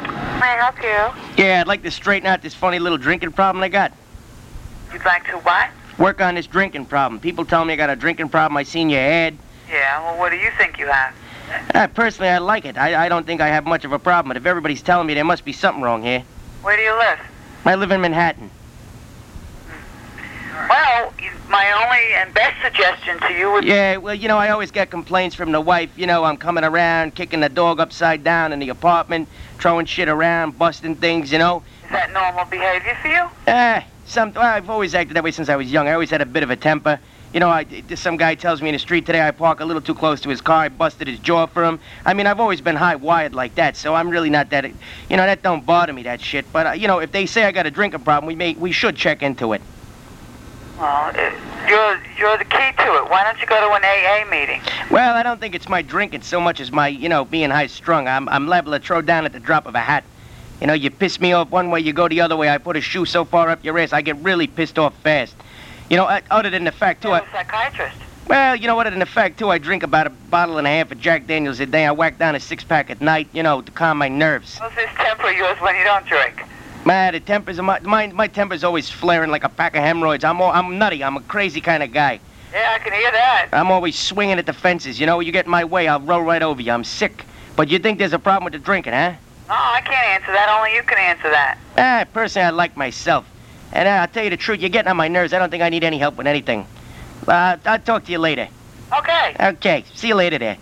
help you? Yeah, I'd like to straighten out this funny little drinking problem I got. You'd like to what? Work on this drinking problem. People tell me I got a drinking problem. I seen your ad. Yeah, well, what do you think you have? Uh, personally, I like it. I, I don't think I have much of a problem, but if everybody's telling me there must be something wrong here. Where do you live? I live in Manhattan. Well, you- my only and best suggestion to you would Yeah, well, you know, I always get complaints from the wife. You know, I'm coming around, kicking the dog upside down in the apartment, throwing shit around, busting things, you know. is that normal behavior for you? Eh, some, well, I've always acted that way since I was young. I always had a bit of a temper. You know, I, some guy tells me in the street today I park a little too close to his car. I busted his jaw for him. I mean, I've always been high-wired like that, so I'm really not that... You know, that don't bother me, that shit. But, uh, you know, if they say I got a drinking problem, we may, we should check into it. Well, it, you're you're the key to it. Why don't you go to an AA meeting? Well, I don't think it's my drinking so much as my, you know, being high strung. I'm, I'm liable to throw down at the drop of a hat. You know, you piss me off one way, you go the other way. I put a shoe so far up your ass, I get really pissed off fast. You know, uh, other than the fact, too, You're I, a psychiatrist. well, you know, other than the fact, too, I drink about a bottle and a half of Jack Daniels a day. I whack down a six pack at night, you know, to calm my nerves. How's this temper of yours when you don't drink? Man, the tempers, of my, my, my temper's always flaring like a pack of hemorrhoids. I'm, all, I'm nutty. I'm a crazy kind of guy. Yeah, I can hear that. I'm always swinging at the fences. You know, you get in my way, I'll roll right over you. I'm sick. But you think there's a problem with the drinking, huh? No, I can't answer that. Only you can answer that. Ah, personally, I like myself. And uh, I'll tell you the truth, you're getting on my nerves. I don't think I need any help with anything. Uh, I'll talk to you later. Okay. Okay, see you later there.